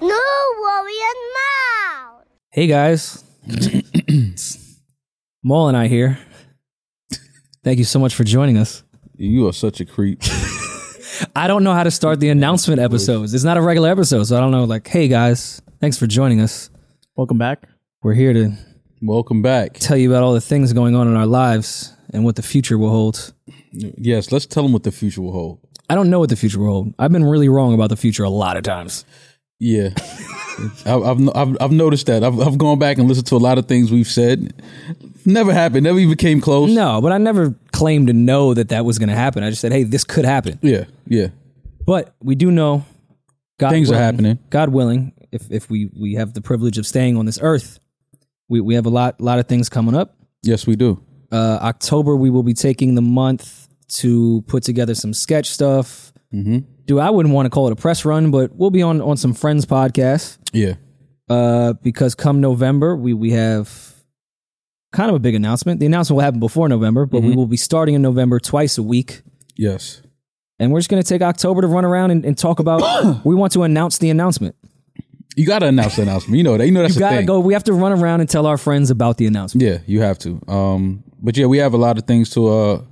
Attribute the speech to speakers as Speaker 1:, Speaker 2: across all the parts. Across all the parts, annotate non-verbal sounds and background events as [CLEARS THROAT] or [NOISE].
Speaker 1: No worrying now.
Speaker 2: Hey guys, Maul and I here. Thank you so much for joining us.
Speaker 3: You are such a creep.
Speaker 2: I don't know how to start the announcement episodes. It's not a regular episode, so I don't know. Like, hey guys, thanks for joining us.
Speaker 4: Welcome back.
Speaker 2: We're here to
Speaker 3: Welcome back.
Speaker 2: tell you about all the things going on in our lives and what the future will hold.
Speaker 3: Yes, let's tell them what the future will hold.
Speaker 2: I don't know what the future will hold. I've been really wrong about the future a lot of times.
Speaker 3: Yeah,
Speaker 2: [LAUGHS]
Speaker 3: I, I've, I've I've noticed that. I've I've gone back and listened to a lot of things we've said. Never happened. Never even came close.
Speaker 2: No, but I never claimed to know that that was going to happen. I just said, hey, this could happen.
Speaker 3: Yeah, yeah.
Speaker 2: But we do know God
Speaker 3: Things are
Speaker 2: willing-
Speaker 3: happening.
Speaker 2: God willing, if if we we have the privilege of staying on this earth, we we have a lot lot of things coming up.
Speaker 3: Yes, we do.
Speaker 2: Uh, October we will be taking the month to put together some sketch stuff.
Speaker 3: Mm-hmm.
Speaker 2: Do I wouldn't want to call it a press run, but we'll be on on some friends podcasts
Speaker 3: Yeah,
Speaker 2: uh, because come November we we have kind of a big announcement. The announcement will happen before November, but
Speaker 3: Mm-hmm.
Speaker 2: we will be starting in November twice a week.
Speaker 3: yes.
Speaker 2: And we're just going to take October to run around and, and talk about. [COUGHS] we want to announce the announcement.
Speaker 3: You gotta announce the announcement. You know that. You know that's the
Speaker 2: gotta
Speaker 3: thing.
Speaker 2: go. We have to run around and tell our friends about the announcement.
Speaker 3: Yeah, you have to. Um, but yeah, we have a lot of things to uh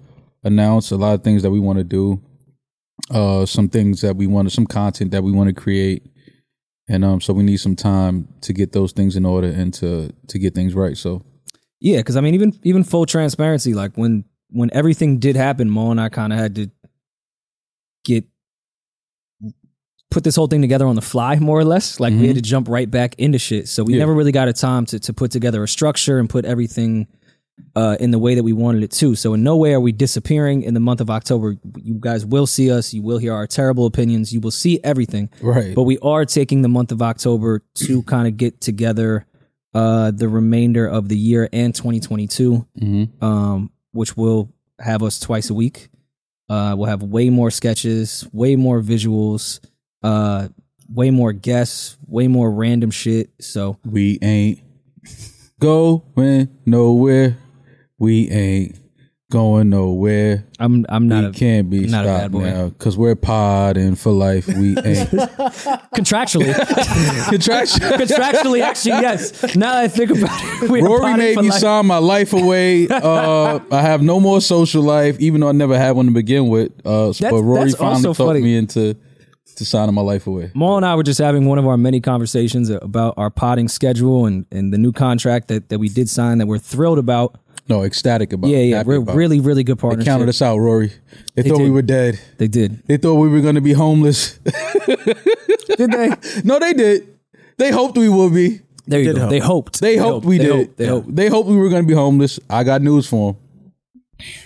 Speaker 3: announce. A lot of things that we want to do. Uh, some things that we want to, some content that we want to create, and um, so we need some time to get those things in order and to to get things right. So
Speaker 2: Yeah, because I mean, even even full transparency, like when when everything did happen, Mo and I kind of had to get put this whole thing together on the fly, more or less. Like we had to jump right back into shit, so we
Speaker 3: Yeah.
Speaker 2: never really got a time to to put together a structure and put everything. Uh, in the way that we wanted it to. So, in no way are we disappearing in the month of October. You guys will see us. You will hear our terrible opinions. You will see everything.
Speaker 3: right,
Speaker 2: but we are taking the month of October to kind of get together uh, the remainder of the year and 2022,
Speaker 3: Mhm.
Speaker 2: um, which will have us twice a week. Uh, we'll have way more sketches, way more visuals, uh, way more guests, way more random shit. So
Speaker 3: we ain't going nowhere. We ain't going nowhere.
Speaker 2: I'm I'm not
Speaker 3: we
Speaker 2: a,
Speaker 3: can't be
Speaker 2: not a bad
Speaker 3: stopped
Speaker 2: boy.
Speaker 3: now because we're podding for
Speaker 2: [LAUGHS]
Speaker 3: life. We ain't
Speaker 2: contractually [LAUGHS]
Speaker 3: contraction.
Speaker 2: contractually actually yes. Now that I think about it, we're
Speaker 3: Rory
Speaker 2: potted
Speaker 3: made
Speaker 2: for
Speaker 3: me
Speaker 2: life.
Speaker 3: sign my life
Speaker 2: [LAUGHS]
Speaker 3: away. Uh, I have no more social life, even though I never had one to begin with. Uh,
Speaker 2: That's-
Speaker 3: but Rory
Speaker 2: that's
Speaker 3: finally
Speaker 2: also
Speaker 3: talked
Speaker 2: funny.
Speaker 3: me into to signing my life away.
Speaker 2: Maul and I were just having one of our many conversations about our potting schedule and, and the new contract that, that we did sign that we're thrilled about.
Speaker 3: No, ecstatic about.
Speaker 2: Yeah, yeah,
Speaker 3: happy
Speaker 2: we're
Speaker 3: about.
Speaker 2: really, really good
Speaker 3: They counted
Speaker 2: partners.
Speaker 3: us out, Rory. They, thought we
Speaker 2: did.
Speaker 3: were dead.
Speaker 2: They
Speaker 3: [LAUGHS]
Speaker 2: did.
Speaker 3: They thought we were going to be homeless. [LAUGHS]
Speaker 2: Did they?
Speaker 3: no, they did. They hoped we would be.
Speaker 2: There you
Speaker 4: Did
Speaker 2: go.
Speaker 4: hope.
Speaker 2: They hoped.
Speaker 3: They, hoped we
Speaker 2: They
Speaker 3: did.
Speaker 2: hoped. They
Speaker 3: Yeah.
Speaker 2: hoped.
Speaker 3: They hoped we were going to be homeless. I got news for them.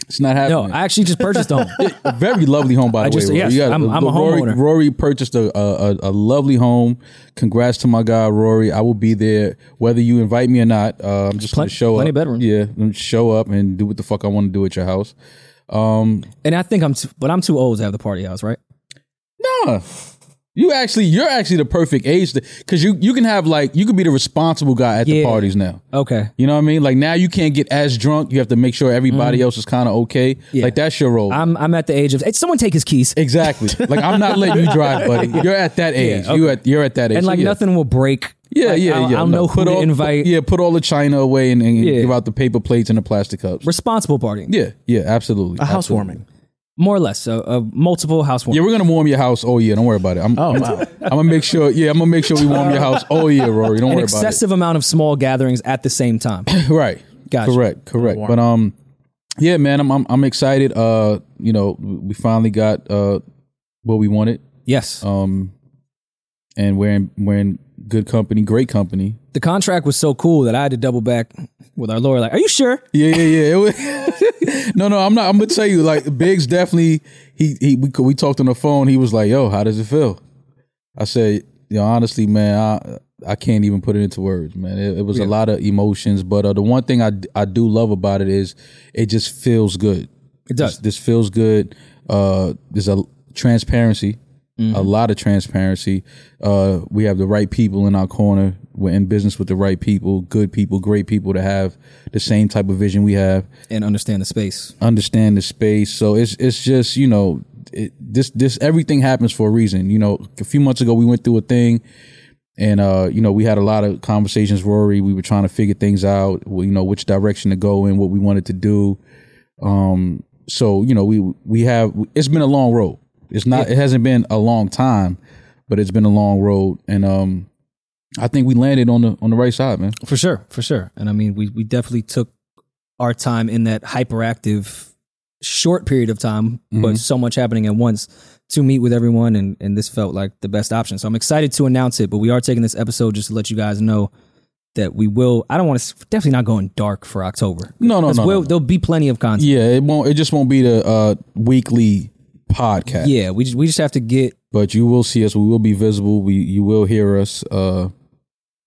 Speaker 3: It's not
Speaker 2: No,
Speaker 3: happening.
Speaker 2: I actually just purchased
Speaker 3: [LAUGHS]
Speaker 2: a home.
Speaker 3: a very lovely home, by the
Speaker 2: I just-
Speaker 3: way. Rory.
Speaker 2: yes,
Speaker 3: You got-
Speaker 2: I'm- I'm a
Speaker 3: Rory,
Speaker 2: homeowner.
Speaker 3: Rory purchased a, a a- a lovely home. Congrats to my guy, Rory. I will be there whether you invite me or not. Uh, I'm just
Speaker 2: Plen-
Speaker 3: going to show
Speaker 2: plenty
Speaker 3: up.
Speaker 2: of bedroom.
Speaker 3: Yeah, I'm gonna show up and do what the fuck I want to do at your house.
Speaker 2: And I think I'm, too, but I'm too old to have the party house, right?
Speaker 3: Nah. You actually, you're actually the perfect age because you you can have like you could be the responsible guy at the
Speaker 2: Yeah.
Speaker 3: parties now.
Speaker 2: Okay.
Speaker 3: You know what I mean? Like now you can't get as drunk. You have to make sure everybody else is kind of okay.
Speaker 2: Mm-hmm. Yeah.
Speaker 3: Like that's your role.
Speaker 2: I'm, I'm at the age of, hey, someone take his keys.
Speaker 3: exactly. like I'm not letting you
Speaker 2: [LAUGHS]
Speaker 3: drive, buddy. You're at that age. You at you're at that age.
Speaker 2: And
Speaker 3: So,
Speaker 2: like
Speaker 3: yeah.
Speaker 2: nothing will break.
Speaker 3: Yeah,
Speaker 2: Like,
Speaker 3: yeah,
Speaker 2: I'll,
Speaker 3: yeah.
Speaker 2: I'll
Speaker 3: No,
Speaker 2: know who to
Speaker 3: all,
Speaker 2: invite.
Speaker 3: Yeah, put all the china away and, and
Speaker 2: Yeah.
Speaker 3: give out the paper plates and the plastic cups.
Speaker 2: Responsible partying.
Speaker 3: yeah, yeah, absolutely.
Speaker 4: A
Speaker 3: absolutely.
Speaker 4: housewarming.
Speaker 2: More or less. A, a multiple housewarming.
Speaker 3: Yeah, we're gonna warm your house all year. Don't worry about it. I'm,
Speaker 4: Oh wow.
Speaker 3: I'm gonna make sure. Yeah, I'm gonna make sure we warm your house all year, Rory. Don't
Speaker 2: An
Speaker 3: worry about it.
Speaker 2: excessive amount of small gatherings at the same [COUGHS] time.
Speaker 3: [LAUGHS] Right.
Speaker 2: Gotcha.
Speaker 3: Correct. Correct.
Speaker 4: warm.
Speaker 3: But um, yeah, man, I'm, I'm I'm excited. Uh, you know, we finally got uh what we wanted.
Speaker 2: Yes.
Speaker 3: Um, and we're in we're in good company, great company.
Speaker 2: the contract was so cool that I had to double back with our lawyer. Like, are you sure?
Speaker 3: Yeah, yeah, yeah. [LAUGHS] It was, no, no, I'm not. I'm gonna tell you, like Biggs definitely. He he. We we talked on the phone. He was like, "Yo, how does it feel?" I said, "You know, honestly, man, I I can't even put it into words, man. It, it was a lot of emotions, but uh, the one thing I d- I do love about it is it just feels good.
Speaker 2: It does.
Speaker 3: This, this feels good. Uh, there's a transparency, a
Speaker 2: Mm-hmm.
Speaker 3: lot of transparency. Uh, we have the right people in our corner. We're in business with the right people, good people, great people to have the same type of vision we have.
Speaker 2: And understand the space.
Speaker 3: Understand the space. So it's it's just you know it, this this everything happens for a reason. You know, a few months ago we went through a thing. And uh, you know, we had a lot of conversations, Rory. We were trying to figure things out. well, You know, which direction to go in, what we wanted to do. Um, so you know, we we have. It's been a long road. It's not. It hasn't been a long time, but it's been a long road. And um, I think we landed on the on the right side, man.
Speaker 2: For sure, for sure. And I mean, we we definitely took our time in that hyperactive short period of time, but so much happening at once to meet with everyone and and this felt like the best option. So I'm excited to announce it, but we are taking this episode just to let you guys know that we will I don't want to definitely not going dark for October.
Speaker 3: No, no,
Speaker 2: 'Cause
Speaker 3: no, no,
Speaker 2: we'll-
Speaker 3: no.
Speaker 2: There'll be plenty of content.
Speaker 3: Yeah, it won't. It just won't be the uh, weekly podcast.
Speaker 2: Yeah, we just we just have to get
Speaker 3: but you will see us. We will be visible. We you will hear us. Uh,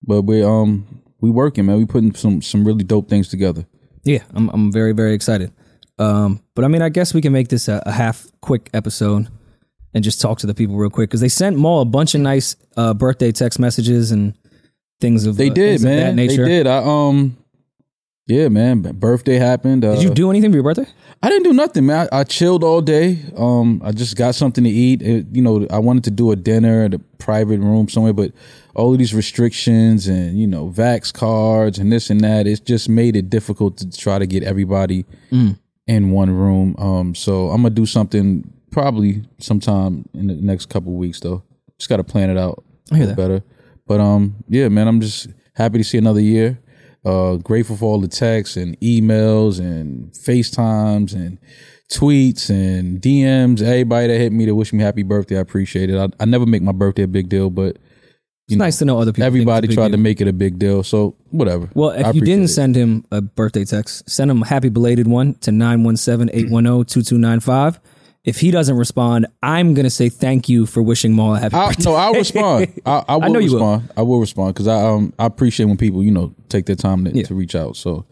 Speaker 3: but we um we working man. We putting some some really dope things together.
Speaker 2: Yeah, I'm I'm very very excited. Um, but I mean, I guess we can make this a, a half quick episode and just talk to the people real quick because they sent Maul a bunch of nice uh, birthday text messages and things of
Speaker 3: They
Speaker 2: uh,
Speaker 3: did
Speaker 2: things of
Speaker 3: man.
Speaker 2: that nature.
Speaker 3: They did. I um yeah man. b- Birthday happened. Uh,
Speaker 2: Did you do anything for your birthday?
Speaker 3: I didn't do nothing man. I, I chilled all day. Um, I just got something to eat. It, you know, I wanted to do a dinner at a private room somewhere, but all of these restrictions and you know vax cards and this and that. It's just made it difficult to try to get everybody.
Speaker 2: Mm.
Speaker 3: in one room. Um, so I'm gonna do something probably sometime in the next couple weeks though. Just gotta plan it out
Speaker 2: I hear
Speaker 3: a
Speaker 2: that.
Speaker 3: little better. But um, yeah, man, I'm just happy to see another year. Uh, grateful for all the texts and emails and FaceTimes and tweets and DMs. Everybody that hit me to wish me happy birthday, I appreciate it. I, I never make my birthday a big deal, but
Speaker 2: It's nice to know other people. think it's a
Speaker 3: everybody
Speaker 2: big
Speaker 3: tried to
Speaker 2: deal.
Speaker 3: make it a big deal. So whatever.
Speaker 2: Well,
Speaker 3: I
Speaker 2: if you
Speaker 3: appreciate
Speaker 2: didn't
Speaker 3: it.
Speaker 2: send him a birthday text, send him a happy belated one to 917-810-2295. If he doesn't respond, I'm gonna say thank you for wishing Maul a happy
Speaker 3: I,
Speaker 2: birthday.
Speaker 3: no, I'll
Speaker 2: [LAUGHS]
Speaker 3: respond. I, I will
Speaker 2: know you will.
Speaker 3: respond. I will respond because I um I appreciate when people you know take their time to, to reach out. So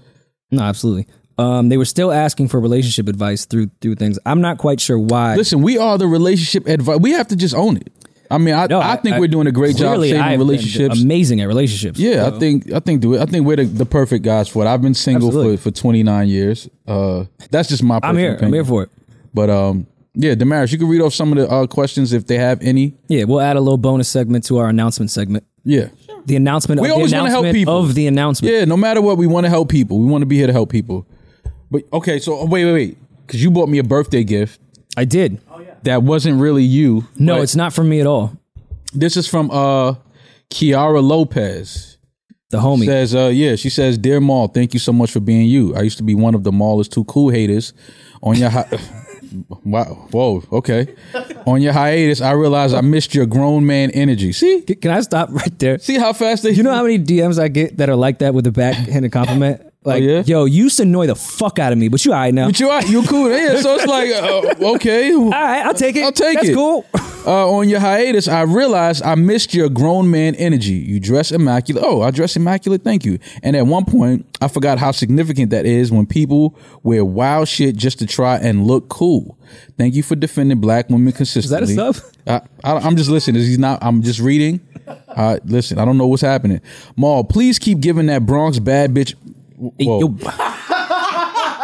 Speaker 2: No, absolutely. Um, they were still asking for relationship advice through through things. I'm not quite sure why.
Speaker 3: listen, we are the relationship advice. We have to just own it. I mean, I,
Speaker 2: No,
Speaker 3: I, think we're doing a great job
Speaker 2: clearly
Speaker 3: saving
Speaker 2: I've been
Speaker 3: relationships.
Speaker 2: Amazing at relationships.
Speaker 3: yeah, I think I think do it. I think we're the, the perfect guys for it. I've been single
Speaker 2: Absolutely.
Speaker 3: for for twenty nine years. Uh, that's just my.
Speaker 2: I'm
Speaker 3: personal
Speaker 2: here. I'm
Speaker 3: opinion.
Speaker 2: here for it.
Speaker 3: But um, yeah, Damaris, you can read off some of the uh, questions if they have any.
Speaker 2: Yeah, we'll add a little bonus segment to our announcement segment.
Speaker 3: Yeah,
Speaker 2: The announcement.
Speaker 3: We
Speaker 2: of
Speaker 3: always
Speaker 2: the
Speaker 3: wanna help
Speaker 2: announcement
Speaker 3: people.
Speaker 2: of the announcement.
Speaker 3: yeah. No matter what, we want to help people. We want to be here to help people. But okay, so oh, wait, wait, wait, because you bought me a birthday gift.
Speaker 2: I did.
Speaker 3: that wasn't really you.
Speaker 2: No,
Speaker 3: but
Speaker 2: it's not for me at all.
Speaker 3: this is from uh Kiara Lopez.
Speaker 2: The homie.
Speaker 3: Says, uh, yeah, she says, Dear Maul, thank you so much for being you. I used to be one of the Maul is too cool haters. On your hi- [LAUGHS] Wow, whoa, okay. On your hiatus, I realized I missed your grown man energy. See?
Speaker 2: Can I stop [LAUGHS] right there?
Speaker 3: See how fast they
Speaker 2: You
Speaker 3: [LAUGHS]
Speaker 2: know how many DMs I get that are like that with a backhanded compliment? Like,
Speaker 3: Oh, yeah?
Speaker 2: yo, you used to annoy the fuck out of me, but you all right now.
Speaker 3: But you are you cool. Yeah, so it's like uh, okay.
Speaker 2: all right, I'll take it.
Speaker 3: I'll take
Speaker 2: That's
Speaker 3: it.
Speaker 2: cool.
Speaker 3: Uh, on your hiatus, I realized I missed your grown man energy. You dress immaculate. Oh, I dress immaculate. Thank you. And at one point, I forgot how significant that is when people wear wild shit just to try and look cool. Thank you for defending black women consistently.
Speaker 2: sub?
Speaker 3: I, I, I'm just listening. He's not. I'm just reading. Uh, listen, I don't know what's happening. Maul, please keep giving that Bronx bad bitch. Whoa.
Speaker 2: [LAUGHS] Yo,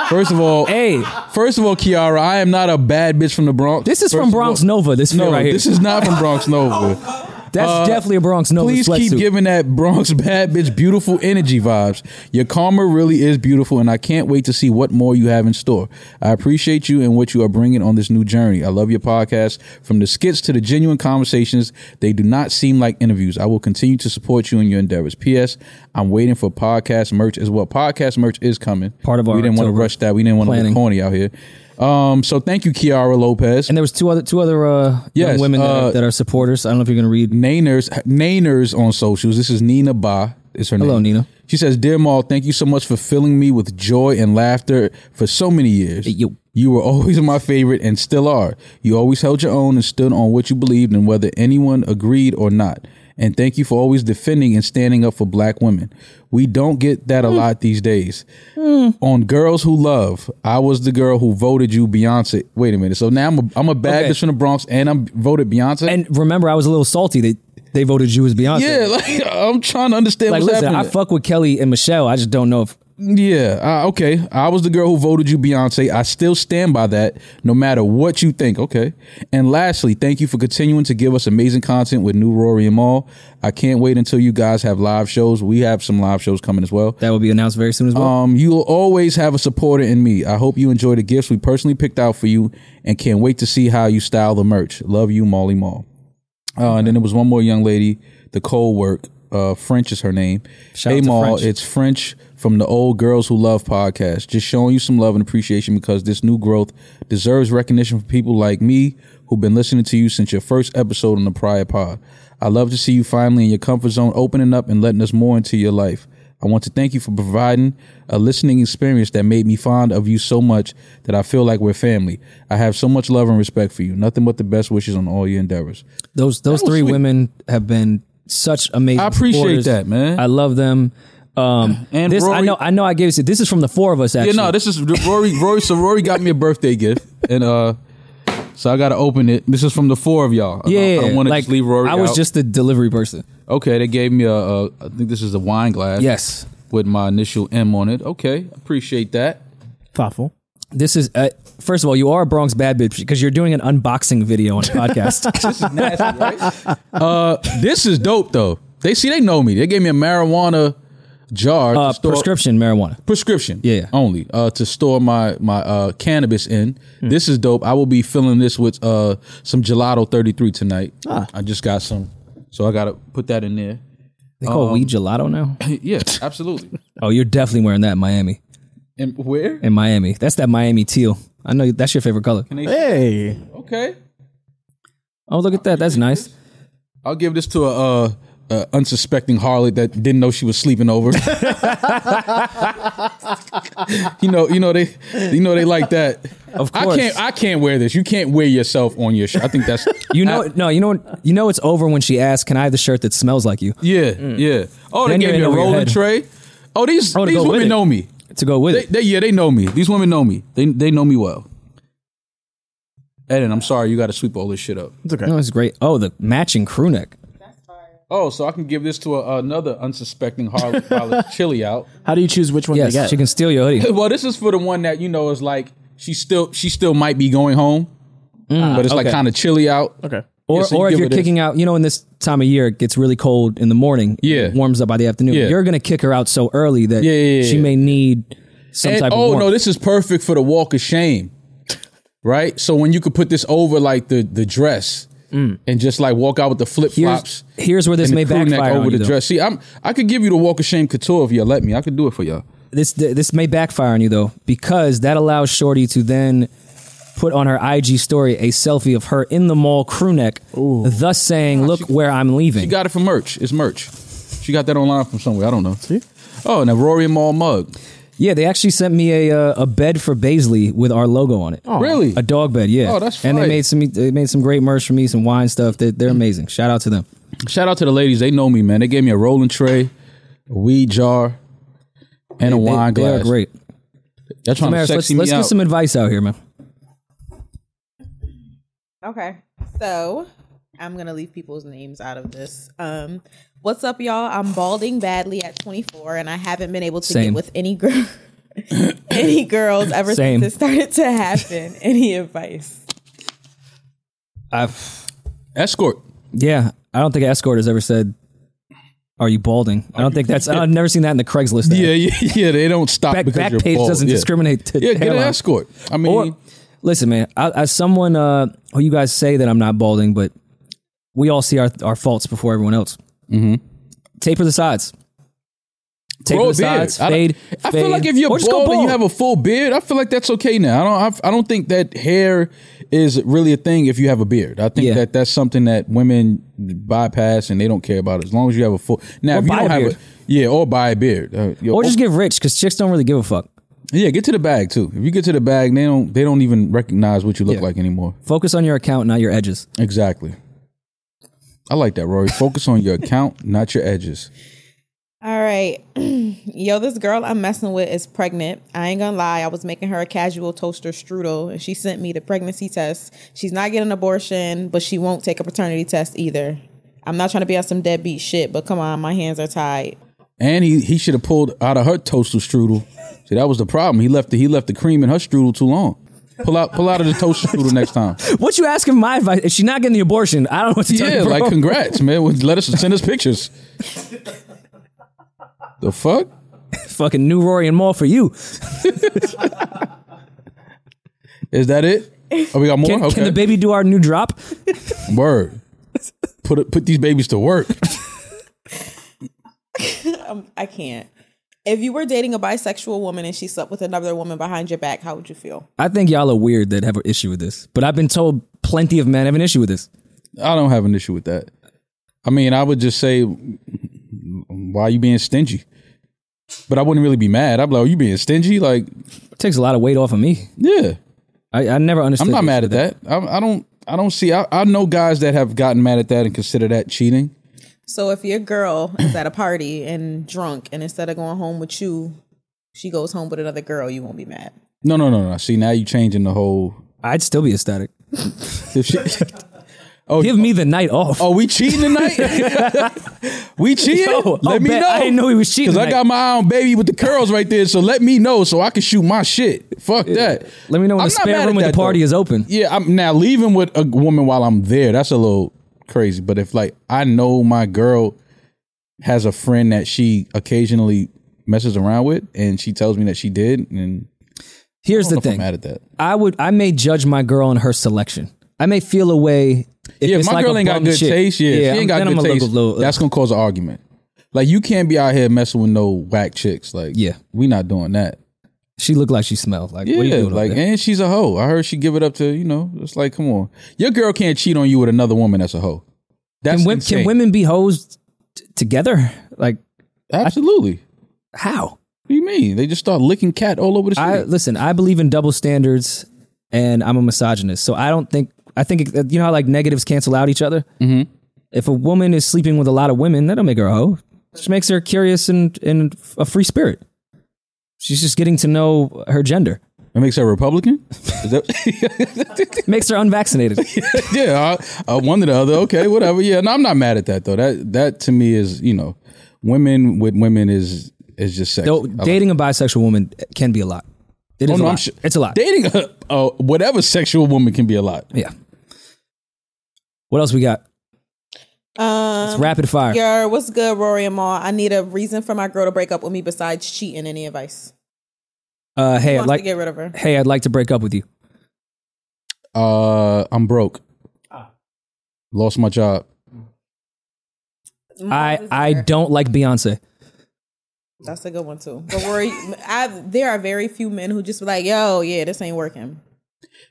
Speaker 3: First of all,
Speaker 2: hey,
Speaker 3: first of all, Kiara, I am not a bad bitch from the Bronx.
Speaker 2: this is
Speaker 3: First
Speaker 2: from
Speaker 3: of
Speaker 2: Bronx
Speaker 3: all-
Speaker 2: Nova. This
Speaker 3: No,
Speaker 2: no, right here. Oh,
Speaker 3: this is not from
Speaker 2: [LAUGHS]
Speaker 3: Bronx Nova.
Speaker 2: That's definitely a Bronx Nova.
Speaker 3: Uh, Please keep
Speaker 2: sweatsuit.
Speaker 3: giving that Bronx bad bitch beautiful energy vibes. Your karma really is beautiful, and I can't wait to see what more you have in store. I appreciate you and what you are bringing on this new journey. I love your podcast. From the skits to the genuine conversations, they do not seem like interviews. I will continue to support you in your endeavors. P.S. I'm waiting for podcast merch as well. Podcast merch is coming.
Speaker 2: Part of our
Speaker 3: we didn't want to
Speaker 2: October
Speaker 3: rush that. We didn't want to
Speaker 2: planning.
Speaker 3: look corny out here. Um, so thank you, Kiara Lopez.
Speaker 2: And there was two other two other uh, young
Speaker 3: Yes,
Speaker 2: women that,
Speaker 3: uh,
Speaker 2: are, that are supporters. I don't know if you're going to read.
Speaker 3: Nainers, Nainers on socials. This is Nina Ba. Is her
Speaker 2: Hello,
Speaker 3: name?
Speaker 2: Nina.
Speaker 3: She says, "Dear Maul, thank you so much for filling me with joy and laughter for so many years.
Speaker 2: yo.
Speaker 3: You were always my favorite and still are. You always held your own and stood on what you believed and whether anyone agreed or not. And thank you for always defending and standing up for black women. We don't get that
Speaker 2: Hmm.
Speaker 3: a lot these days. On Girls Who Love, I was the girl who voted you Beyonce. Wait a minute. So now I'm a, I'm a bad
Speaker 2: Okay.
Speaker 3: bitch from the Bronx and I'm voted Beyonce.
Speaker 2: And remember, I was a little salty. They they voted you as Beyonce.
Speaker 3: Yeah, like I'm trying to understand
Speaker 2: like
Speaker 3: what's
Speaker 2: listen, I
Speaker 3: happening.
Speaker 2: fuck with Kelly and Michelle. I just don't know if
Speaker 3: Yeah. Uh, okay. I was the girl who voted you Beyonce. I still stand by that, no matter what you think. Okay. And lastly, thank you for continuing to give us amazing content with New Rory and Maul. I can't wait until you guys have live shows. We have some live shows coming as well.
Speaker 2: That will be announced very soon as well.
Speaker 3: Um, you'll always have a supporter in me. I hope you enjoy the gifts we personally picked out for you, and can't wait to see how you style the merch. Love you, Molly Mall. Uh, and then there was one more young lady, the cold work. Uh, French is her name.
Speaker 2: Shout
Speaker 3: hey,
Speaker 2: out to
Speaker 3: Maul,
Speaker 2: French.
Speaker 3: it's French from the old Girls Who Love podcast. Just showing you some love and appreciation because this new growth deserves recognition from people like me who've been listening to you since your first episode on the prior pod. I love to see you finally in your comfort zone, opening up and letting us more into your life. I want to thank you for providing a listening experience that made me fond of you so much that I feel like we're family. I have so much love and respect for you. Nothing but the best wishes on all your endeavors.
Speaker 2: Those those three women have been such amazing.
Speaker 3: I appreciate
Speaker 2: supporters.
Speaker 3: that, man.
Speaker 2: I love them. Um,
Speaker 3: [CLEARS THROAT] And
Speaker 2: this I
Speaker 3: Rory-
Speaker 2: know I know I gave you this is from the four of us actually.
Speaker 3: Yeah, no, this is Rory. Rory, so Rory got me a birthday gift, and uh, so I got to open it. This is from the four of y'all. I
Speaker 2: yeah,
Speaker 3: don't, I don't want to
Speaker 2: like,
Speaker 3: just leave Rory.
Speaker 2: I was
Speaker 3: out.
Speaker 2: just the delivery person.
Speaker 3: okay. They gave me a, a. I think this is a wine glass.
Speaker 2: Yes,
Speaker 3: with my initial M on it. Okay, appreciate that.
Speaker 2: Powerful. This is uh, first of all, you are a Bronx bad bitch because you're doing an unboxing video on a podcast. [LAUGHS]
Speaker 3: This is nasty, right? uh, this is dope though. They see they know me. They gave me a marijuana jar to
Speaker 2: uh,
Speaker 3: store-
Speaker 2: prescription marijuana.
Speaker 3: prescription
Speaker 2: Yeah.
Speaker 3: only uh to store my my uh cannabis in
Speaker 2: Hmm.
Speaker 3: this is dope i will be filling this with uh some gelato 33 tonight
Speaker 2: Ah.
Speaker 3: i just got some so i gotta put that in
Speaker 2: [LAUGHS]
Speaker 3: there
Speaker 2: They call weed gelato now.
Speaker 3: yeah absolutely
Speaker 2: Um, Oh, you're definitely wearing that in Miami.
Speaker 3: and where
Speaker 2: In Miami, that's that Miami teal. I know that's your favorite color.
Speaker 4: Hey,
Speaker 3: okay
Speaker 2: Oh, look at that. That's nice.
Speaker 3: i'll give this to a uh uh, unsuspecting harlot that didn't know she was sleeping over. [LAUGHS] you know, you know they, you know they like that.
Speaker 2: Of
Speaker 3: I
Speaker 2: course.
Speaker 3: can't, I can't wear this. You can't wear yourself on your shirt. I think
Speaker 2: [LAUGHS]
Speaker 3: that's
Speaker 2: You know, no, you know, you know, it's over when she asks, "Can I have the shirt that smells like you?"
Speaker 3: Yeah, yeah. Oh,
Speaker 2: Mm.
Speaker 3: they
Speaker 2: Then
Speaker 3: gave
Speaker 2: you're in
Speaker 3: me a
Speaker 2: over your
Speaker 3: rolling
Speaker 2: head.
Speaker 3: tray. Oh, these
Speaker 2: Oh, to
Speaker 3: these
Speaker 2: go with
Speaker 3: women
Speaker 2: it.
Speaker 3: know me.
Speaker 2: To go with
Speaker 3: They,
Speaker 2: it,
Speaker 3: they yeah, they know me. These women know me. They they know me well. Eden, I'm sorry, you got to sweep all this shit up.
Speaker 4: it's okay.
Speaker 2: no, it's great. Oh, the matching crew neck.
Speaker 3: Oh, so I can give this to a, another unsuspecting
Speaker 2: [LAUGHS]
Speaker 3: harlot while it's chilly out.
Speaker 4: How do you choose which one
Speaker 2: Yes,
Speaker 4: to get?
Speaker 2: she can steal your hoodie.
Speaker 3: Well, this is for the one that you know is like she still she still might be going home, but it's like
Speaker 2: Mm, okay.
Speaker 3: kind of chilly out.
Speaker 4: okay.
Speaker 2: Or,
Speaker 3: Yeah, so you
Speaker 2: or if
Speaker 3: give
Speaker 2: you're
Speaker 3: her this.
Speaker 2: kicking out, you know, in this time of year, it gets really cold in the morning.
Speaker 3: Yeah.
Speaker 2: It warms up by the afternoon.
Speaker 3: Yeah.
Speaker 2: You're going to kick her out so early that
Speaker 3: Yeah, yeah, yeah,
Speaker 2: she
Speaker 3: yeah.
Speaker 2: may need some
Speaker 3: And-
Speaker 2: type
Speaker 3: oh
Speaker 2: of warmth.
Speaker 3: no, this is perfect for the walk of shame, right? So when you could put this over like the the dress and just like walk out with the flip
Speaker 2: Mm. here's,
Speaker 3: flops.
Speaker 2: here's where this
Speaker 3: and
Speaker 2: may
Speaker 3: the crew neck
Speaker 2: backfire
Speaker 3: over
Speaker 2: on you.
Speaker 3: the
Speaker 2: though.
Speaker 3: dress. See, I'm I could give you the walk of shame couture if you let me. I could do it for y'all.
Speaker 2: This, this may backfire on you, though, because that allows Shorty to then put on her IG story a selfie of her in the mall crew neck, thus saying, look where I'm leaving.
Speaker 3: You Ah, got it from merch. It's merch. She got that online from somewhere. I don't know.
Speaker 4: See?
Speaker 3: Oh, and a Rory and Maul mug.
Speaker 2: yeah, they actually sent me a, uh, a bed for Baisley with our logo on it.
Speaker 3: Really?
Speaker 2: A dog bed, yeah.
Speaker 3: Oh, that's
Speaker 2: and they
Speaker 3: fire.
Speaker 2: made some they made some great merch for me, some wine stuff. They, they're amazing. Shout out to them.
Speaker 3: Shout out to the ladies. They know me, man. They gave me a rolling tray, a weed jar, and a
Speaker 2: They-
Speaker 3: wine
Speaker 2: they,
Speaker 3: glass.
Speaker 2: are great.
Speaker 3: They're trying
Speaker 2: Damaris,
Speaker 3: to
Speaker 2: let's,
Speaker 3: sexy
Speaker 2: let's
Speaker 3: me
Speaker 2: get
Speaker 3: out.
Speaker 2: some advice out here, man.
Speaker 5: Okay. So I'm gonna leave people's names out of this. Um what's up, y'all? I'm balding badly at 24 and I haven't been able to
Speaker 2: Same.
Speaker 5: get with any girl [COUGHS] any girls ever
Speaker 2: Same.
Speaker 5: since it started to happen. [LAUGHS] any advice?
Speaker 2: I've,
Speaker 3: Escort.
Speaker 2: yeah, I don't think escort has ever said, "Are you balding?" I don't think that's.
Speaker 3: [LAUGHS]
Speaker 2: I've never seen that in the Craigslist. ad.
Speaker 3: Yeah, yeah, yeah. They don't stop
Speaker 2: back,
Speaker 3: because
Speaker 2: back
Speaker 3: you're
Speaker 2: page
Speaker 3: bald.
Speaker 2: doesn't
Speaker 3: yeah.
Speaker 2: discriminate. To
Speaker 3: Yeah, get an
Speaker 2: hairline.
Speaker 3: escort. I mean,
Speaker 2: Or listen, man, I, as someone uh, who you guys say that I'm not balding, but we all see our our faults before everyone else. Mm-hmm. Taper the sides. Taper
Speaker 3: grow a
Speaker 2: the sides.
Speaker 3: beard. I don't-
Speaker 2: Fade.
Speaker 3: I, feel
Speaker 2: fade,
Speaker 3: like if you're
Speaker 2: or
Speaker 3: bald,
Speaker 2: just go
Speaker 3: and you
Speaker 2: bald.
Speaker 3: have a full beard, I feel like that's okay now. I don't. I've- I, don't think that hair is really a thing if you have a beard. I think
Speaker 2: Yeah.
Speaker 3: that that's something that women bypass and they don't care about. It. As long as you have a full. Now, if you
Speaker 2: buy
Speaker 3: don't
Speaker 2: a
Speaker 3: have
Speaker 2: beard.
Speaker 3: a yeah, or buy a beard, uh, yo,
Speaker 2: or just get rich because chicks don't really give a fuck.
Speaker 3: yeah, get to the bag too. If you get to the bag, they don't. They don't even recognize what you look
Speaker 2: Yeah.
Speaker 3: like anymore.
Speaker 2: Focus on your account, not your edges.
Speaker 3: Exactly. I like that, Rory. Focus on your account, not your edges.
Speaker 5: All right. [CLEARS THROAT] Yo, this girl I'm messing with is pregnant. I ain't gonna lie. I was making her a casual toaster strudel and she sent me the pregnancy test. She's not getting an abortion, but she won't take a paternity test either. I'm not trying to be on some deadbeat shit, but come on, my hands are tied.
Speaker 3: And he he should have pulled out of her toaster strudel. See, that was the problem. He left the he left the cream in her strudel too long. Pull out pull out of the toaster strudel
Speaker 2: [LAUGHS]
Speaker 3: next time.
Speaker 2: What you asking my advice? If she's not getting the abortion, I don't know what to tell
Speaker 3: Yeah,
Speaker 2: you. Bro.
Speaker 3: like um, congrats, man. Let us send us pictures. The fuck?
Speaker 2: fucking new Rory and Maul for you.
Speaker 3: Is that it? Oh, we got more?
Speaker 2: Can,
Speaker 3: [LAUGHS] okay.
Speaker 2: can the baby do our new drop?
Speaker 3: Word. Put it- put these babies to work.
Speaker 5: I can't. If you were dating a bisexual woman and she slept with another woman behind your back, how would you feel?
Speaker 2: I think y'all are weird that have an issue with this, but I've been told plenty of men have an issue with this.
Speaker 3: I don't have an issue with that. I mean, I would just say, why you being stingy? But I wouldn't really be mad. I'd be like, oh, you being stingy? Like,
Speaker 2: It takes a lot of weight off of me.
Speaker 3: yeah,
Speaker 2: I, I never understood.
Speaker 3: I'm not
Speaker 2: this.
Speaker 3: mad at that. I, I don't. I don't see. I, I know guys that have gotten mad at that and consider that cheating.
Speaker 5: So if your girl is at a party and drunk, and instead of going home with you, she goes home with another girl, you won't be mad.
Speaker 3: No, no, no, no. See, now you changing the whole.
Speaker 2: I'd still be ecstatic.
Speaker 3: If she, [LAUGHS]
Speaker 2: Give me the night [LAUGHS] off.
Speaker 3: oh, we cheating tonight? [LAUGHS] we cheating?
Speaker 2: Yo, Oh, I'll
Speaker 3: let me
Speaker 2: bet.
Speaker 3: know.
Speaker 2: I
Speaker 3: [LAUGHS]
Speaker 2: didn't know he was cheating
Speaker 3: Because I
Speaker 2: tonight.
Speaker 3: got my eye on baby with the curls right there. So let me know so I can shoot my shit. Fuck that.
Speaker 2: Let me know when
Speaker 3: I'm
Speaker 2: the
Speaker 3: not mad
Speaker 2: spare
Speaker 3: at
Speaker 2: room at the
Speaker 3: that, though.
Speaker 2: party is open.
Speaker 3: Yeah, I'm now leaving with a woman while I'm there. That's a little crazy. But if like I know my girl has a friend that she occasionally messes around with, and she tells me that she did, and
Speaker 2: Here's
Speaker 3: I don't know
Speaker 2: the
Speaker 3: if I'm
Speaker 2: thing.
Speaker 3: mad at that.
Speaker 2: I would I may judge my girl on her selection. I may feel a way. If
Speaker 3: Yeah, if
Speaker 2: it's
Speaker 3: my
Speaker 2: like
Speaker 3: girl
Speaker 2: a
Speaker 3: ain't got
Speaker 2: bum
Speaker 3: good
Speaker 2: chick.
Speaker 3: taste. Yeah, if she
Speaker 2: I'm-
Speaker 3: ain't got
Speaker 2: then I'm
Speaker 3: good
Speaker 2: a
Speaker 3: taste.
Speaker 2: little, little, uh,
Speaker 3: that's gonna cause an argument. Like you can't be out here messing with no whack chicks. Like
Speaker 2: Yeah.
Speaker 3: we not doing that.
Speaker 2: she looked like she smelled. Like what are you
Speaker 3: Yeah,
Speaker 2: doing up
Speaker 3: like
Speaker 2: there?
Speaker 3: and she's a hoe. I heard she give it up to you know. It's like come on, your girl can't cheat on you with another woman that's a hoe. That's
Speaker 2: Can, wom-
Speaker 3: insane.
Speaker 2: can women be hoes t- together? Like
Speaker 3: absolutely.
Speaker 2: how?
Speaker 3: What do you mean? They just start licking cat all over the street.
Speaker 2: I listen. I believe in double standards, and I'm a misogynist. So I don't think I think it- you know how like negatives cancel out each other. Mm-hmm. If a woman is sleeping with a lot of women, that don't make her a hoe. It just makes her curious and and a free spirit. She's just getting to know her gender. [LAUGHS]
Speaker 3: it makes her Republican. Is that- [LAUGHS]
Speaker 2: Makes her unvaccinated.
Speaker 3: yeah, I, I one or the other. Okay, whatever. Yeah, no, I'm not mad at that though. That that to me is you know, women with women is is just sex.
Speaker 2: Though dating a bisexual woman can be a lot. It is a
Speaker 3: no, I'm
Speaker 2: lot.
Speaker 3: su-
Speaker 2: it's a lot.
Speaker 3: Dating a, a whatever sexual woman can be a lot.
Speaker 2: yeah. What else we got?
Speaker 5: Um,
Speaker 2: It's rapid fire.
Speaker 5: Yo, Um, what's good, Rory and Ma? I need a reason for my girl to break up with me besides cheating. Any advice?
Speaker 2: Uh, hey, I'd
Speaker 5: Wants
Speaker 2: like
Speaker 5: to get rid of her.
Speaker 2: hey, I'd like to break up with you.
Speaker 3: Uh, I'm broke. Lost my job.
Speaker 2: I I don't like Beyonce.
Speaker 5: That's a good one too. But Rory, I there are very few men who just be like, "Yo, yeah, this ain't working."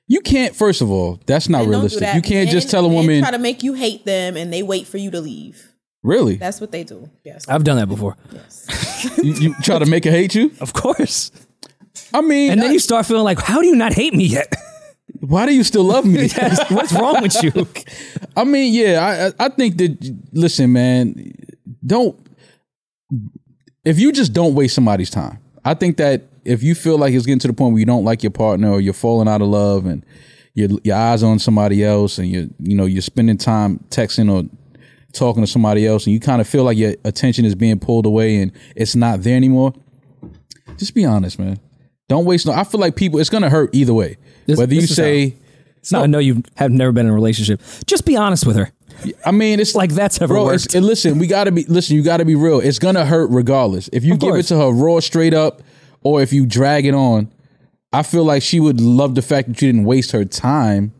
Speaker 3: You can't. First of all, that's not
Speaker 5: And don't do
Speaker 3: realistic.
Speaker 5: that.
Speaker 3: You can't
Speaker 5: Men-
Speaker 3: just tell a
Speaker 5: men
Speaker 3: woman.
Speaker 5: try to make you hate them, and they wait for you to leave.
Speaker 3: really,
Speaker 5: [LAUGHS] That's what they do. Yes,
Speaker 2: I've done that before.
Speaker 5: yes.
Speaker 3: you, you try to make her hate you.
Speaker 2: Of course.
Speaker 3: I mean,
Speaker 2: And then
Speaker 3: I-
Speaker 2: you start feeling like, how do you not hate me yet? [LAUGHS]
Speaker 3: why do you still love
Speaker 5: [LAUGHS]
Speaker 3: me?
Speaker 2: What's wrong with you? [LAUGHS]
Speaker 3: I mean, yeah, I I I think that listen, man, don't if you just don't waste somebody's time. I think that if you feel like it's getting to the point where you don't like your partner or you're falling out of love and your your eyes on somebody else and you you know you're spending time texting or talking to somebody else and you kind of feel like your attention is being pulled away and it's not there anymore. Just be honest, man. Don't waste no. I feel like people. It's gonna hurt either way.
Speaker 2: This-
Speaker 3: Whether you
Speaker 2: this is
Speaker 3: say,
Speaker 2: So I know you have never been in a relationship. Just be honest with her.
Speaker 3: I mean, it's
Speaker 2: Like that's ever
Speaker 3: Bro,
Speaker 2: worked.
Speaker 3: it's, and listen, we gotta be listen. You gotta be real. It's gonna hurt regardless. If you give it
Speaker 2: course.
Speaker 3: to her raw, straight up, or if you drag it on, I feel like she would love the fact that you didn't waste her time.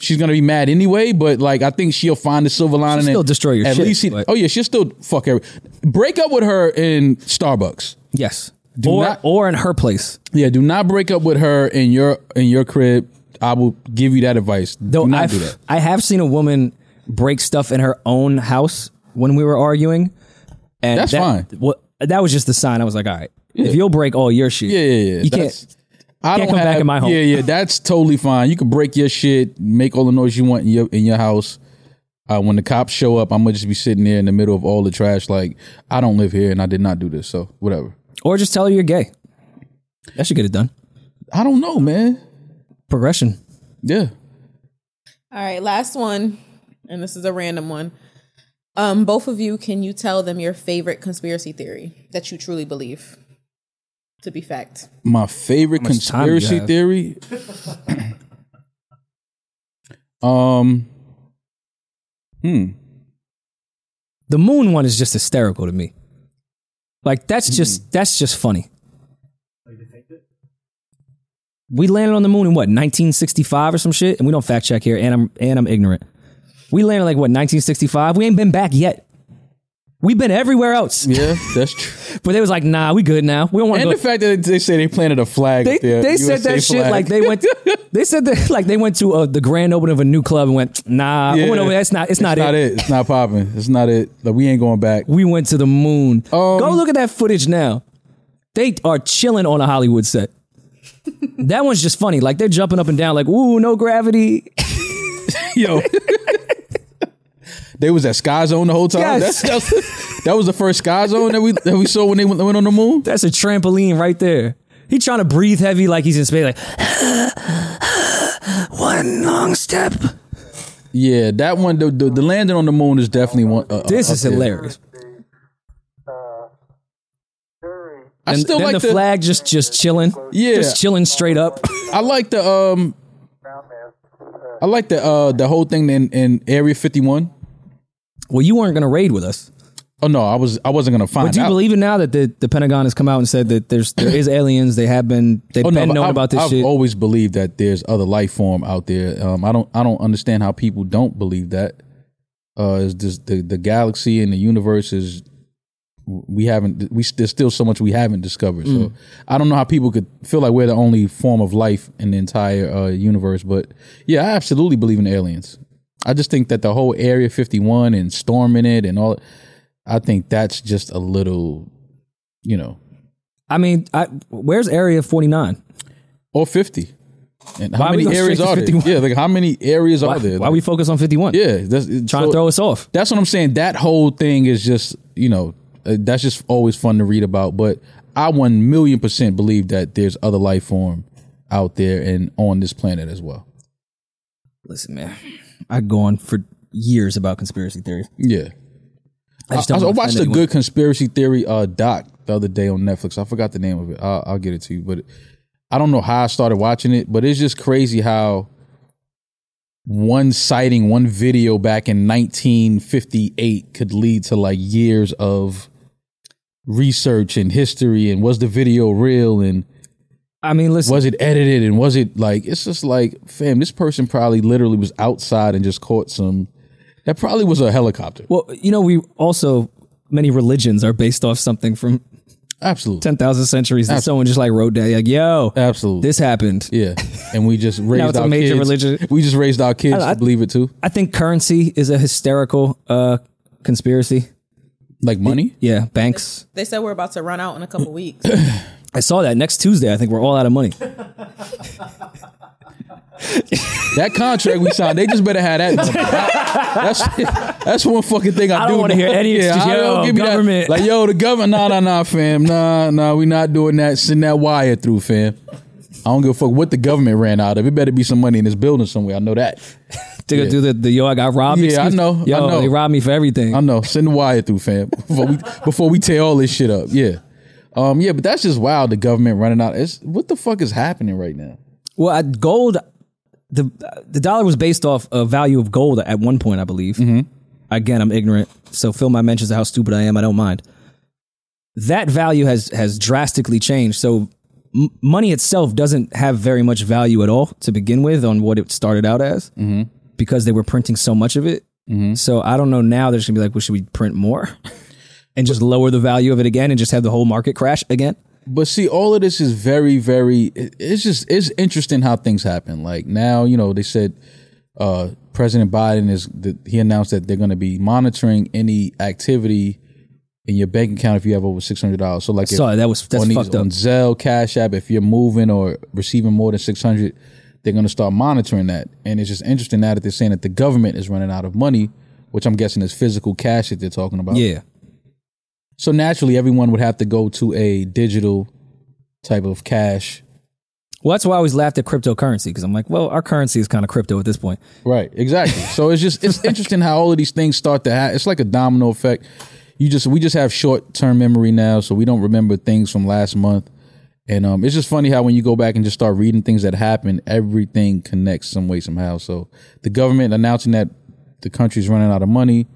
Speaker 3: She's gonna be mad anyway, but like I think she'll find the silver lining.
Speaker 2: She'll
Speaker 3: and
Speaker 2: destroy your
Speaker 3: at
Speaker 2: shit,
Speaker 3: least. He,
Speaker 2: but-
Speaker 3: oh yeah, she'll still fuck every. Break up with her in Starbucks.
Speaker 2: yes. Or
Speaker 3: not-
Speaker 2: or in her place.
Speaker 3: Yeah, do not break up with her in your in your crib. I will give you that advice.
Speaker 2: Though
Speaker 3: do not
Speaker 2: I've,
Speaker 3: do that.
Speaker 2: I have seen a woman break stuff in her own house when we were arguing. And
Speaker 3: That's
Speaker 2: that,
Speaker 3: fine.
Speaker 2: What that was just the sign. I was like, all right, if you'll break all your shit,
Speaker 3: Yeah, yeah, yeah.
Speaker 2: you
Speaker 3: That's-
Speaker 2: can't.
Speaker 3: I
Speaker 2: Can't come back in my home.
Speaker 3: Yeah, yeah, that's totally fine. You can break your shit, make all the noise you want in your in your house. Uh, when the cops show up, I'm gonna just be sitting there in the middle of all the trash. Like I don't live here and I did not do this, so whatever.
Speaker 2: Or just tell her you're gay. That should get it done.
Speaker 3: I don't know, man.
Speaker 2: Progression.
Speaker 3: Yeah,
Speaker 5: All right, last one, and this is a random one. Um, both of you, can you tell them your favorite conspiracy theory that you truly believe to be fact?
Speaker 3: My favorite
Speaker 2: How much time do you
Speaker 3: conspiracy
Speaker 2: have?
Speaker 3: theory.
Speaker 2: [LAUGHS]
Speaker 3: um. Hmm.
Speaker 2: The moon one is just hysterical to me. Like that's just that's just funny. We landed on the moon in what 1965 or some shit, and we don't fact check here. And I'm and I'm ignorant. We landed like what 1965. We ain't been back yet. We've been everywhere else,
Speaker 3: Yeah, that's true.
Speaker 2: but they was like, nah, we good now. We don't want
Speaker 3: [LAUGHS] and
Speaker 2: to
Speaker 3: the
Speaker 2: go.
Speaker 3: fact that they say they planted a flag.
Speaker 2: They,
Speaker 3: up there,
Speaker 2: they said
Speaker 3: USA
Speaker 2: that shit
Speaker 3: flag.
Speaker 2: like
Speaker 3: [LAUGHS]
Speaker 2: they went. they said that like they went to uh, the grand opening of a new club and went, nah, we
Speaker 3: Yeah.
Speaker 2: went over there. It's not. It's,
Speaker 3: It's
Speaker 2: not,
Speaker 3: not
Speaker 2: it.
Speaker 3: it. It's not popping. It's not it. Like we ain't going back.
Speaker 2: We went to the moon.
Speaker 3: Um,
Speaker 2: Go look at that footage now. They are chilling on a Hollywood set. that one's just funny. Like they're jumping up and down, like "Ooh, no gravity."
Speaker 3: Yo. [LAUGHS] They was at Sky Zone the whole time.
Speaker 2: Yes.
Speaker 3: That's, that's, that was the first Sky Zone that we that we saw when they went, went on the moon.
Speaker 2: That's a trampoline right there. He trying to breathe heavy, like he's in space. Like [GASPS] one long step.
Speaker 3: Yeah, that one. The, the, the landing on the moon is definitely one. Uh,
Speaker 2: This
Speaker 3: up
Speaker 2: is
Speaker 3: there.
Speaker 2: hilarious.
Speaker 3: I
Speaker 2: And
Speaker 3: still
Speaker 2: then
Speaker 3: like
Speaker 2: the, flag just just chilling.
Speaker 3: Yeah.
Speaker 2: just chilling straight up.
Speaker 3: I like the um. I like the uh the whole thing in in Area Fifty One.
Speaker 2: well, you weren't gonna raid with us.
Speaker 3: Oh no, I was I wasn't gonna find.
Speaker 2: But do you
Speaker 3: out.
Speaker 2: believe it now that the, the Pentagon has come out and said that there's there is aliens? They have been they've
Speaker 3: Oh, no,
Speaker 2: been
Speaker 3: but
Speaker 2: known
Speaker 3: I've-
Speaker 2: about this
Speaker 3: I've
Speaker 2: shit.
Speaker 3: always believed that there's other life form out there. Um, I don't I don't understand how people don't believe that. Uh, is this the the galaxy and the universe is we haven't we there's still so much we haven't discovered. So I don't know how people could feel like we're the only form of life in the entire uh, universe. But yeah, I absolutely believe in aliens. I just think that the whole Area 51 and storming it and all, I think that's just a little, you know,
Speaker 2: I mean, I, where's Area 49?
Speaker 3: or 50. And
Speaker 2: Why
Speaker 3: how
Speaker 2: we
Speaker 3: many
Speaker 2: go straight
Speaker 3: areas
Speaker 2: to
Speaker 3: are there?
Speaker 2: 51?
Speaker 3: Yeah, like how many areas
Speaker 2: Why,
Speaker 3: are Oh, there?
Speaker 2: why
Speaker 3: Like,
Speaker 2: we focus on 51?
Speaker 3: yeah, that's it's-
Speaker 2: Trying
Speaker 3: so
Speaker 2: to throw us off.
Speaker 3: That's what I'm saying. That whole thing is just you know uh, that's just always fun to read about. But I one million percent believe that there's other life form out there and on this planet as well.
Speaker 2: Listen, man, I go on for years about conspiracy theories.
Speaker 3: Yeah,
Speaker 2: I just
Speaker 3: I,
Speaker 2: don't
Speaker 3: I
Speaker 2: wanna
Speaker 3: watched
Speaker 2: offend
Speaker 3: a
Speaker 2: anyone.
Speaker 3: good conspiracy theory uh, doc the other day on Netflix. I forgot the name of it. I'll, I'll get it to you. But I don't know how I started watching it, but it's just crazy how one sighting, one video back in 1958 could lead to like years of research and history and was the video real and
Speaker 2: I mean, listen,
Speaker 3: was it edited and was it like it's just like fam this person probably literally was outside and just caught some that probably was a helicopter
Speaker 2: well, you know, we also, many religions are based off something from
Speaker 3: absolutely
Speaker 2: 10,000 centuries. And someone just like wrote down, like, yo,
Speaker 3: absolutely
Speaker 2: this happened.
Speaker 3: Yeah, and we just raised
Speaker 2: it's a
Speaker 3: our
Speaker 2: major
Speaker 3: kids.
Speaker 2: religion.
Speaker 3: We just raised our kids
Speaker 2: I-
Speaker 3: to believe it too,
Speaker 2: I think currency is a hysterical uh, conspiracy.
Speaker 3: like money.
Speaker 2: Yeah, banks.
Speaker 5: They said we're about to run out in a couple weeks.
Speaker 2: I saw that next Tuesday. I think we're all out of money. [LAUGHS]
Speaker 3: That contract we signed, they just better have
Speaker 2: [LAUGHS]
Speaker 3: that. number. that's that's one fucking thing I,
Speaker 2: I don't
Speaker 3: do
Speaker 2: wanna hear any excuse,
Speaker 3: I-
Speaker 2: yo,
Speaker 3: that.
Speaker 2: government.
Speaker 3: Like yo, the government. Nah, nah, nah, fam. Nah, nah, we not doing that. Send that wire through, fam. I don't give a fuck what the government ran out of. It better be some money in this building somewhere. I know that.
Speaker 2: They're gonna do the, the yo, I got robbed.
Speaker 3: Yeah, I
Speaker 2: excuse.
Speaker 3: know, I
Speaker 2: Yo,
Speaker 3: know.
Speaker 2: they robbed me for everything.
Speaker 3: I know. Send the wire through, fam. Before we before we tear all this shit up. Yeah. Um, yeah, but that's just wild. The government running out. It's what the fuck is happening right now?
Speaker 2: Well, I, gold, the the dollar was based off a value of gold at one point, I believe.
Speaker 3: Mm-hmm.
Speaker 2: Again, I'm ignorant, so fill my mentions of how stupid I am. I don't mind. That value has has drastically changed. So m- money itself doesn't have very much value at all to begin with on what it started out as,
Speaker 3: Mm-hmm.
Speaker 2: because they were printing so much of it. So I don't know now. They're just gonna be like, well, should we print more? [LAUGHS] And just lower the value of it again, and just have the whole market crash again.
Speaker 3: But see, all of this is very, very. it- It's just it's interesting how things happen. Like now, you know, they said uh, President Biden is that he announced that they're going to be monitoring any activity in your bank account if you have over six hundred dollars. So, like, if,
Speaker 2: Sorry, that was that's
Speaker 3: on, these,
Speaker 2: fucked up.
Speaker 3: on Zelle, Cash App, if you're moving or receiving more than six hundred, they're going to start monitoring that. And it's just interesting now that they're saying that the government is running out of money, which I'm guessing is physical cash that they're talking about.
Speaker 2: Yeah,
Speaker 3: So naturally, everyone would have to go to a digital type of cash
Speaker 2: Well, that's why I always laughed at cryptocurrency because I'm like, well, our currency is kind of crypto at this point.
Speaker 3: Right, exactly. So it's just it's interesting how all of these things start to happen. It's like a domino effect. You just we just have short term memory now, so we don't remember things from last month. And um, it's just funny how when you go back and just start reading things that happen, everything connects some way somehow. So the government announcing that the country's running out of money,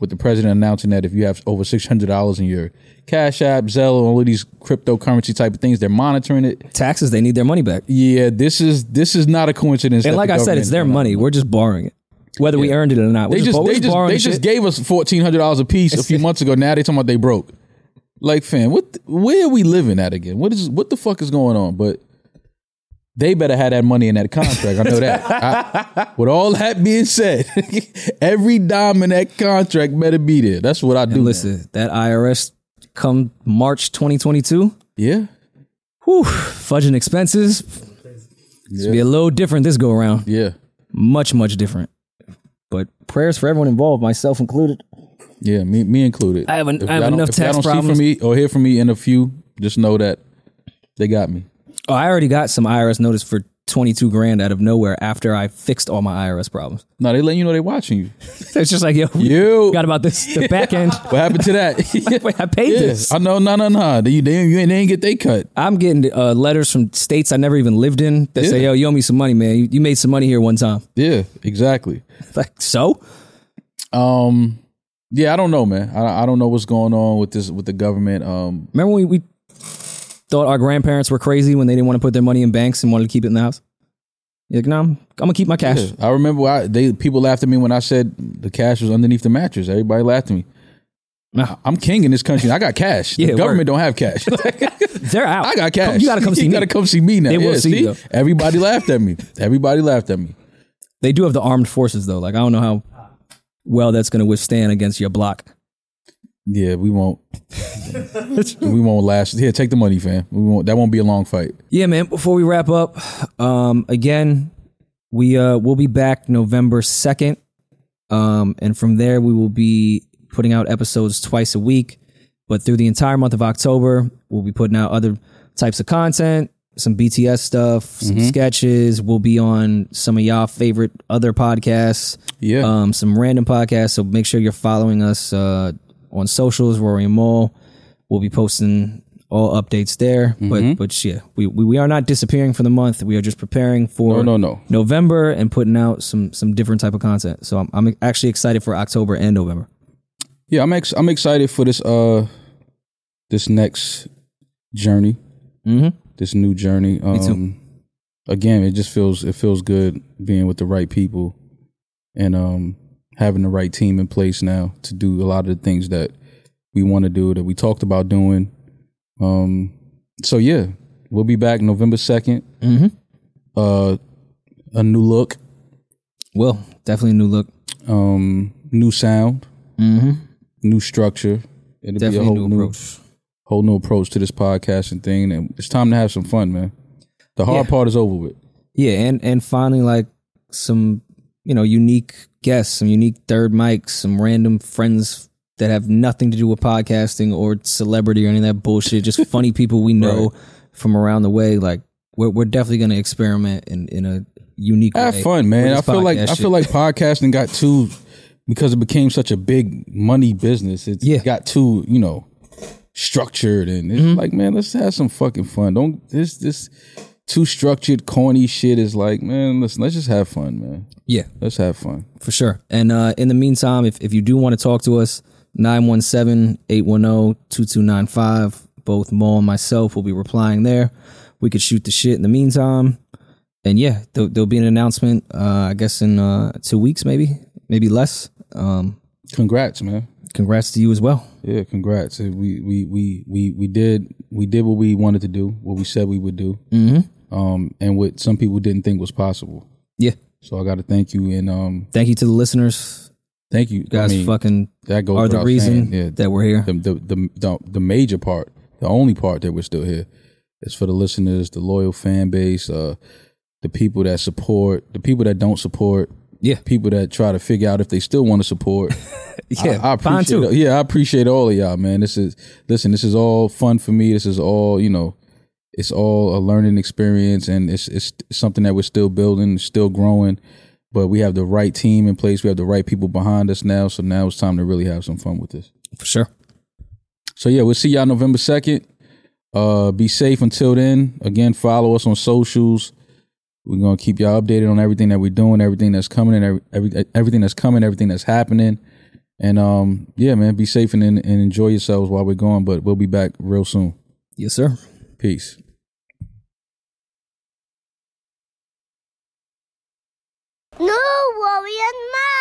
Speaker 3: with the president announcing that if you have over six hundred dollars in your Cash App, Zelle, all of these cryptocurrency type of things, they're monitoring it.
Speaker 2: Taxes, they need their money back.
Speaker 3: Yeah, this is this is not a coincidence. that
Speaker 2: And
Speaker 3: the
Speaker 2: like I said, it's
Speaker 3: government-
Speaker 2: their money. We're just borrowing it, whether we earned it or not. We're
Speaker 3: They
Speaker 2: just,
Speaker 3: just,
Speaker 2: bor- we're
Speaker 3: they just,
Speaker 2: borrowing
Speaker 3: they
Speaker 2: the
Speaker 3: just
Speaker 2: shit.
Speaker 3: gave us fourteen hundred dollars a piece a few months ago. Now they talking about they broke. Like, fam, what? th- Where are we living at again? What is? What the fuck is going on? But they better have that money in that contract. I know that. I- with all that being said, [LAUGHS] every dime in that contract better be there. That's what I do. now.
Speaker 2: Listen, that IRS come March 2022,
Speaker 3: yeah,
Speaker 2: whew, fudging expenses. It's gonna be a little different this go around.
Speaker 3: yeah,
Speaker 2: Much, much different. But prayers for everyone involved, myself included.
Speaker 3: yeah. Me, me included.
Speaker 2: I have an-
Speaker 3: If
Speaker 2: I have
Speaker 3: y'all don't-
Speaker 2: enough
Speaker 3: if y'all
Speaker 2: tax
Speaker 3: don't
Speaker 2: problems.
Speaker 3: See from me or hear from me in a few, just know that they got me.
Speaker 2: Oh, I already got some IRS notice for 22 grand out of nowhere after I fixed all my IRS problems. [LAUGHS]
Speaker 3: No, they letting you know they watching you.
Speaker 2: It's just like, yo, we
Speaker 3: You.
Speaker 2: forgot about this. The back
Speaker 3: [LAUGHS]
Speaker 2: end. [LAUGHS]
Speaker 3: What happened to [LAUGHS] that?
Speaker 2: Wait, I paid
Speaker 3: Yes,
Speaker 2: this.
Speaker 3: I know. No, no, no. They, they, you ain't, they ain't get they cut.
Speaker 2: I'm getting uh, letters from states I never even lived in that say,
Speaker 3: Yeah.
Speaker 2: yo, you owe me some money, man. You, you made some money here one time. [LAUGHS]
Speaker 3: Yeah, exactly.
Speaker 2: Like, so?
Speaker 3: Um, yeah, I don't know, man. I, I don't know what's going on with this with the government. Um,
Speaker 2: Remember when we, we thought our grandparents were crazy when they didn't want to put their money in banks and wanted to keep it in the house? You're like, no, I'm, I'm going to keep my cash.
Speaker 3: I remember I, they people laughed at me when I said the cash was underneath the mattress. Everybody laughed at me.
Speaker 2: Nah.
Speaker 3: I'm king in this country. I got
Speaker 2: [LAUGHS]
Speaker 3: cash.
Speaker 2: Yeah,
Speaker 3: the
Speaker 2: word.
Speaker 3: government don't
Speaker 2: [LAUGHS]
Speaker 3: have cash.
Speaker 2: They're out.
Speaker 3: [LAUGHS] I
Speaker 2: Come-
Speaker 3: got cash.
Speaker 2: You got to come see
Speaker 3: you
Speaker 2: me.
Speaker 3: gotta come see me now.
Speaker 2: They will
Speaker 3: Yeah,
Speaker 2: see you, though.
Speaker 3: Everybody laughed at me. Everybody laughed at me.
Speaker 2: They do have the armed forces, though. Like, I don't know how well that's going to withstand against your block.
Speaker 3: Yeah, we [LAUGHS] won't. we won't last. Here, take the money, fam. We won't. That won't be a long fight.
Speaker 2: Yeah, man. Before we wrap up, um, again, we uh, we'll be back November second, um, and from there we will be putting out episodes twice a week. But through the entire month of October, we'll be putting out other types of content, some BTS stuff, some sketches. We'll be on some of y'all favorite other podcasts,
Speaker 3: Yeah.
Speaker 2: um, some random podcasts. So make sure you're following us uh, on socials, Rory and Mole. We'll be posting all updates there. But but yeah, we, we we are not disappearing for the month. We are just preparing for
Speaker 3: No, no, no.
Speaker 2: November and putting out some some different type of content. So I'm I'm actually excited for October and November.
Speaker 3: yeah i'm ex- i'm excited for this uh this next journey
Speaker 2: Mm-hmm.
Speaker 3: this new journey um
Speaker 2: too.
Speaker 3: again it just feels it feels good being with the right people and um having the right team in place now to do a lot of the things that we want to do that we talked about doing um so yeah we'll be back november 2nd
Speaker 2: Mm-hmm.
Speaker 3: uh a new look
Speaker 2: Well, definitely a new look.
Speaker 3: um new sound
Speaker 2: Mm-hmm.
Speaker 3: new structure it'll
Speaker 2: Definitely a new approach.
Speaker 3: whole new approach to this podcasting thing, and it's time to have some fun, man. The hard
Speaker 2: Yeah.
Speaker 3: part is over with.
Speaker 2: Yeah, and and finally like some you know unique guests, some unique third mics, some random friends that have nothing to do with podcasting or celebrity or any of that bullshit. Just [LAUGHS] funny people we know from around the way. Like we're we're definitely gonna experiment in in a unique way.
Speaker 3: Have fun,
Speaker 2: with
Speaker 3: man.
Speaker 2: this
Speaker 3: I feel like
Speaker 2: podcast
Speaker 3: I
Speaker 2: shit.
Speaker 3: feel like podcasting got too because it became such a big money business. It
Speaker 2: Yeah. Mm-hmm.
Speaker 3: got too you know structured, and it's like, man, let's have some fucking fun. Don't this this too structured, corny shit is like, man, listen, let's just have fun, man.
Speaker 2: yeah,
Speaker 3: Let's have fun.
Speaker 2: for sure. And uh, in the meantime, if if you do want to talk to us, oh, 917-810-2295. Both Mo and myself will be replying there. We could shoot the shit in the meantime. and yeah, there'll, there'll be an announcement. Uh, I guess in uh, two weeks, maybe, maybe less. Um,
Speaker 3: Congrats, man.
Speaker 2: congrats to you as well.
Speaker 3: Yeah, congrats. We we we we we did we did what we wanted to do, what we said we would do.
Speaker 2: Mm-hmm.
Speaker 3: um, and what some people didn't think was possible.
Speaker 2: Yeah.
Speaker 3: So I got to thank you and um,
Speaker 2: Thank you to the listeners,
Speaker 3: thank you
Speaker 2: guys.
Speaker 3: I mean,
Speaker 2: fucking
Speaker 3: that goes
Speaker 2: are the
Speaker 3: without
Speaker 2: reason
Speaker 3: saying. Yeah,
Speaker 2: that we're here.
Speaker 3: the, the the the the major part, the only part that we're still here, is for the listeners, the loyal fan base, uh, the people that support, the people that don't support.
Speaker 2: Yeah.
Speaker 3: people that try to figure out if they still want to support.
Speaker 2: [LAUGHS] yeah,
Speaker 3: I, I
Speaker 2: fine
Speaker 3: appreciate.
Speaker 2: too.
Speaker 3: Yeah, I appreciate all of y'all, man. This is listen. This is all fun for me. This is all you know. it's all a learning experience and it's it's something that we're still building, still growing. But we have the right team in place. We have the right people behind us now. So now it's time to really have some fun with this.
Speaker 2: for sure.
Speaker 3: So yeah, we'll see y'all November second. Uh, be safe until then. Again, follow us on socials. We're gonna keep y'all updated on everything that we're doing, everything that's coming, and every, every everything that's coming, everything that's happening. And um, yeah, man, be safe and, and enjoy yourselves while we're gone. But we'll be back real soon.
Speaker 2: Yes, sir.
Speaker 3: Peace.
Speaker 1: No worry and mouth.